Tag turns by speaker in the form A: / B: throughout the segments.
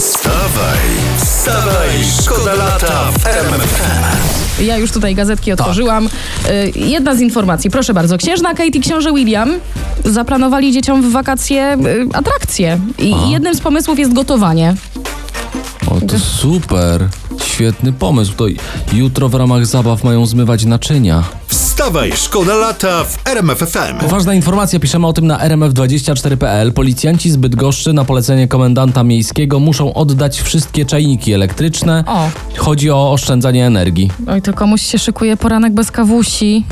A: Wstawaj, wstawaj, szkoda lata w RMFFM.
B: Ja już tutaj gazetki otworzyłam. Y, Jedna z informacji, proszę bardzo. Księżna Kate i książę William zaplanowali dzieciom w wakacje y, atrakcje. I jednym z pomysłów jest gotowanie.
C: O, to super. Świetny pomysł. To jutro w ramach zabaw mają zmywać naczynia.
A: Wstawaj, szkoda lata w RMFFM.
C: Ważna informacja, piszemy o tym na rmf24.pl. Policjanci z Bydgoszczy na polecenie komendanta miejskiego muszą oddać wszystkie czajniki elektryczne.
B: O.
C: Chodzi o oszczędzanie energii.
B: Oj, to komuś się szykuje poranek bez kawusi.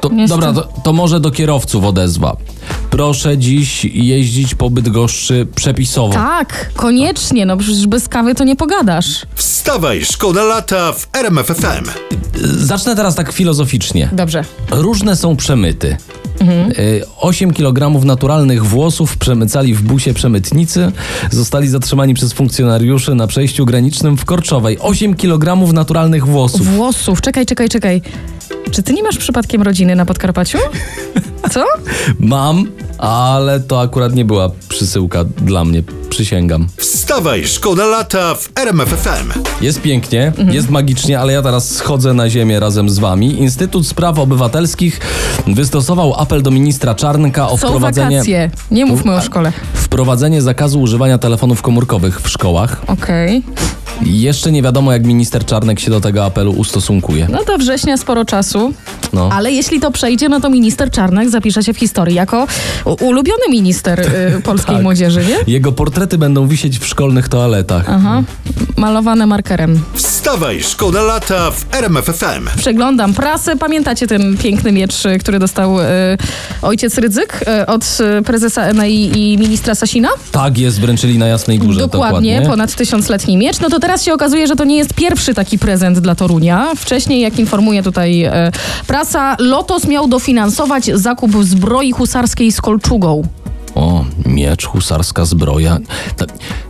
C: To,
B: Jeszcze-
C: dobra, to, to może do kierowców odezwa. Proszę dziś jeździć po Bydgoszczy przepisowo.
B: Tak, koniecznie, no przecież bez kawy to nie pogadasz.
A: Wstawaj, szkoda lata w RMFFM.
C: Zacznę teraz tak filozoficznie.
B: Dobrze.
C: Różne są przemyty. 8 kg naturalnych włosów przemycali w busie przemytnicy. Zostali zatrzymani przez funkcjonariuszy na przejściu granicznym w Korczowej. 8 kg naturalnych włosów.
B: Włosów, czekaj, czekaj, czekaj. Czy ty nie masz przypadkiem rodziny na Podkarpaciu? Co?
C: Mam, ale to akurat nie była przysyłka dla mnie. Przysięgam.
A: Wstawaj, szkoda lata w RMFFM.
C: Jest pięknie, jest magicznie, ale ja teraz schodzę na ziemię razem z wami. Instytut Spraw Obywatelskich wystosował apel do ministra Czarnka o
B: Są
C: wprowadzenie...
B: wakacje. Nie mówmy o szkole.
C: Wprowadzenie zakazu używania telefonów komórkowych w szkołach.
B: Okej.
C: Jeszcze nie wiadomo, jak minister Czarnek się do tego apelu ustosunkuje.
B: No do września sporo czasu.
C: No.
B: Ale jeśli to przejdzie, no to minister Czarnek zapisze się w historii jako u- ulubiony minister y, polskiej
C: Tak.
B: młodzieży, nie?
C: Jego portrety będą wisieć w szkolnych toaletach.
B: Aha. Malowane markerem.
A: Wstawaj, szkoda lata w RMFFM.
B: Przeglądam prasę. Pamiętacie ten piękny miecz, y, który dostał y, ojciec Rydzyk y, od y, prezesa NAI i ministra Sasina?
C: Tak jest, wręczyli na Jasnej Górze. Dokładnie.
B: ponad tysiącletni miecz. No to teraz się okazuje, że to nie jest pierwszy taki prezent dla Torunia. Wcześniej, jak informuje tutaj e, prasa, Lotos miał dofinansować zakup zbroi husarskiej z kolczugą.
C: O, miecz, husarska zbroja. Ta-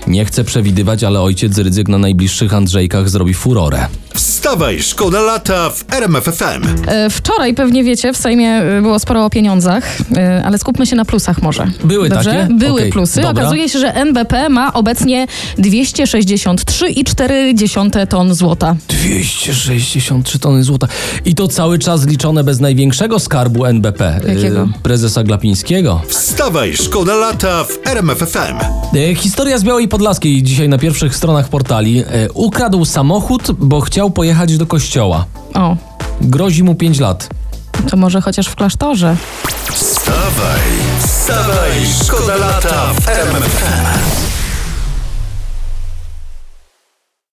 C: Nie chcę przewidywać, ale ojciec Rydzyk na najbliższych Andrzejkach zrobi furorę.
A: Wstawaj, szkoda lata w RMFFM.
B: E, Wczoraj, pewnie wiecie, w Sejmie e, było sporo o pieniądzach, e, ale skupmy się na plusach może.
C: Były
B: Dobrze?
C: takie?
B: Były
C: Okej,
B: plusy.
C: dobra.
B: Okazuje się, że NBP ma obecnie 263,4 ton złota.
C: 263 tony złota. I to cały czas liczone bez największego skarbu NBP. y,
B: Jakiego?
C: Prezesa Glapińskiego.
A: Wstawaj, szkoda lata w RMFFM.
C: E, Historia z Białej Podlaskiej dzisiaj na pierwszych stronach portali. E, Ukradł samochód, bo chciał pojechać do kościoła.
B: O,
C: Grozi mu 5 lat.
B: to może chociaż w klasztorze.
A: Wstawaj, wstawaj, szkoda lata w RMFFM.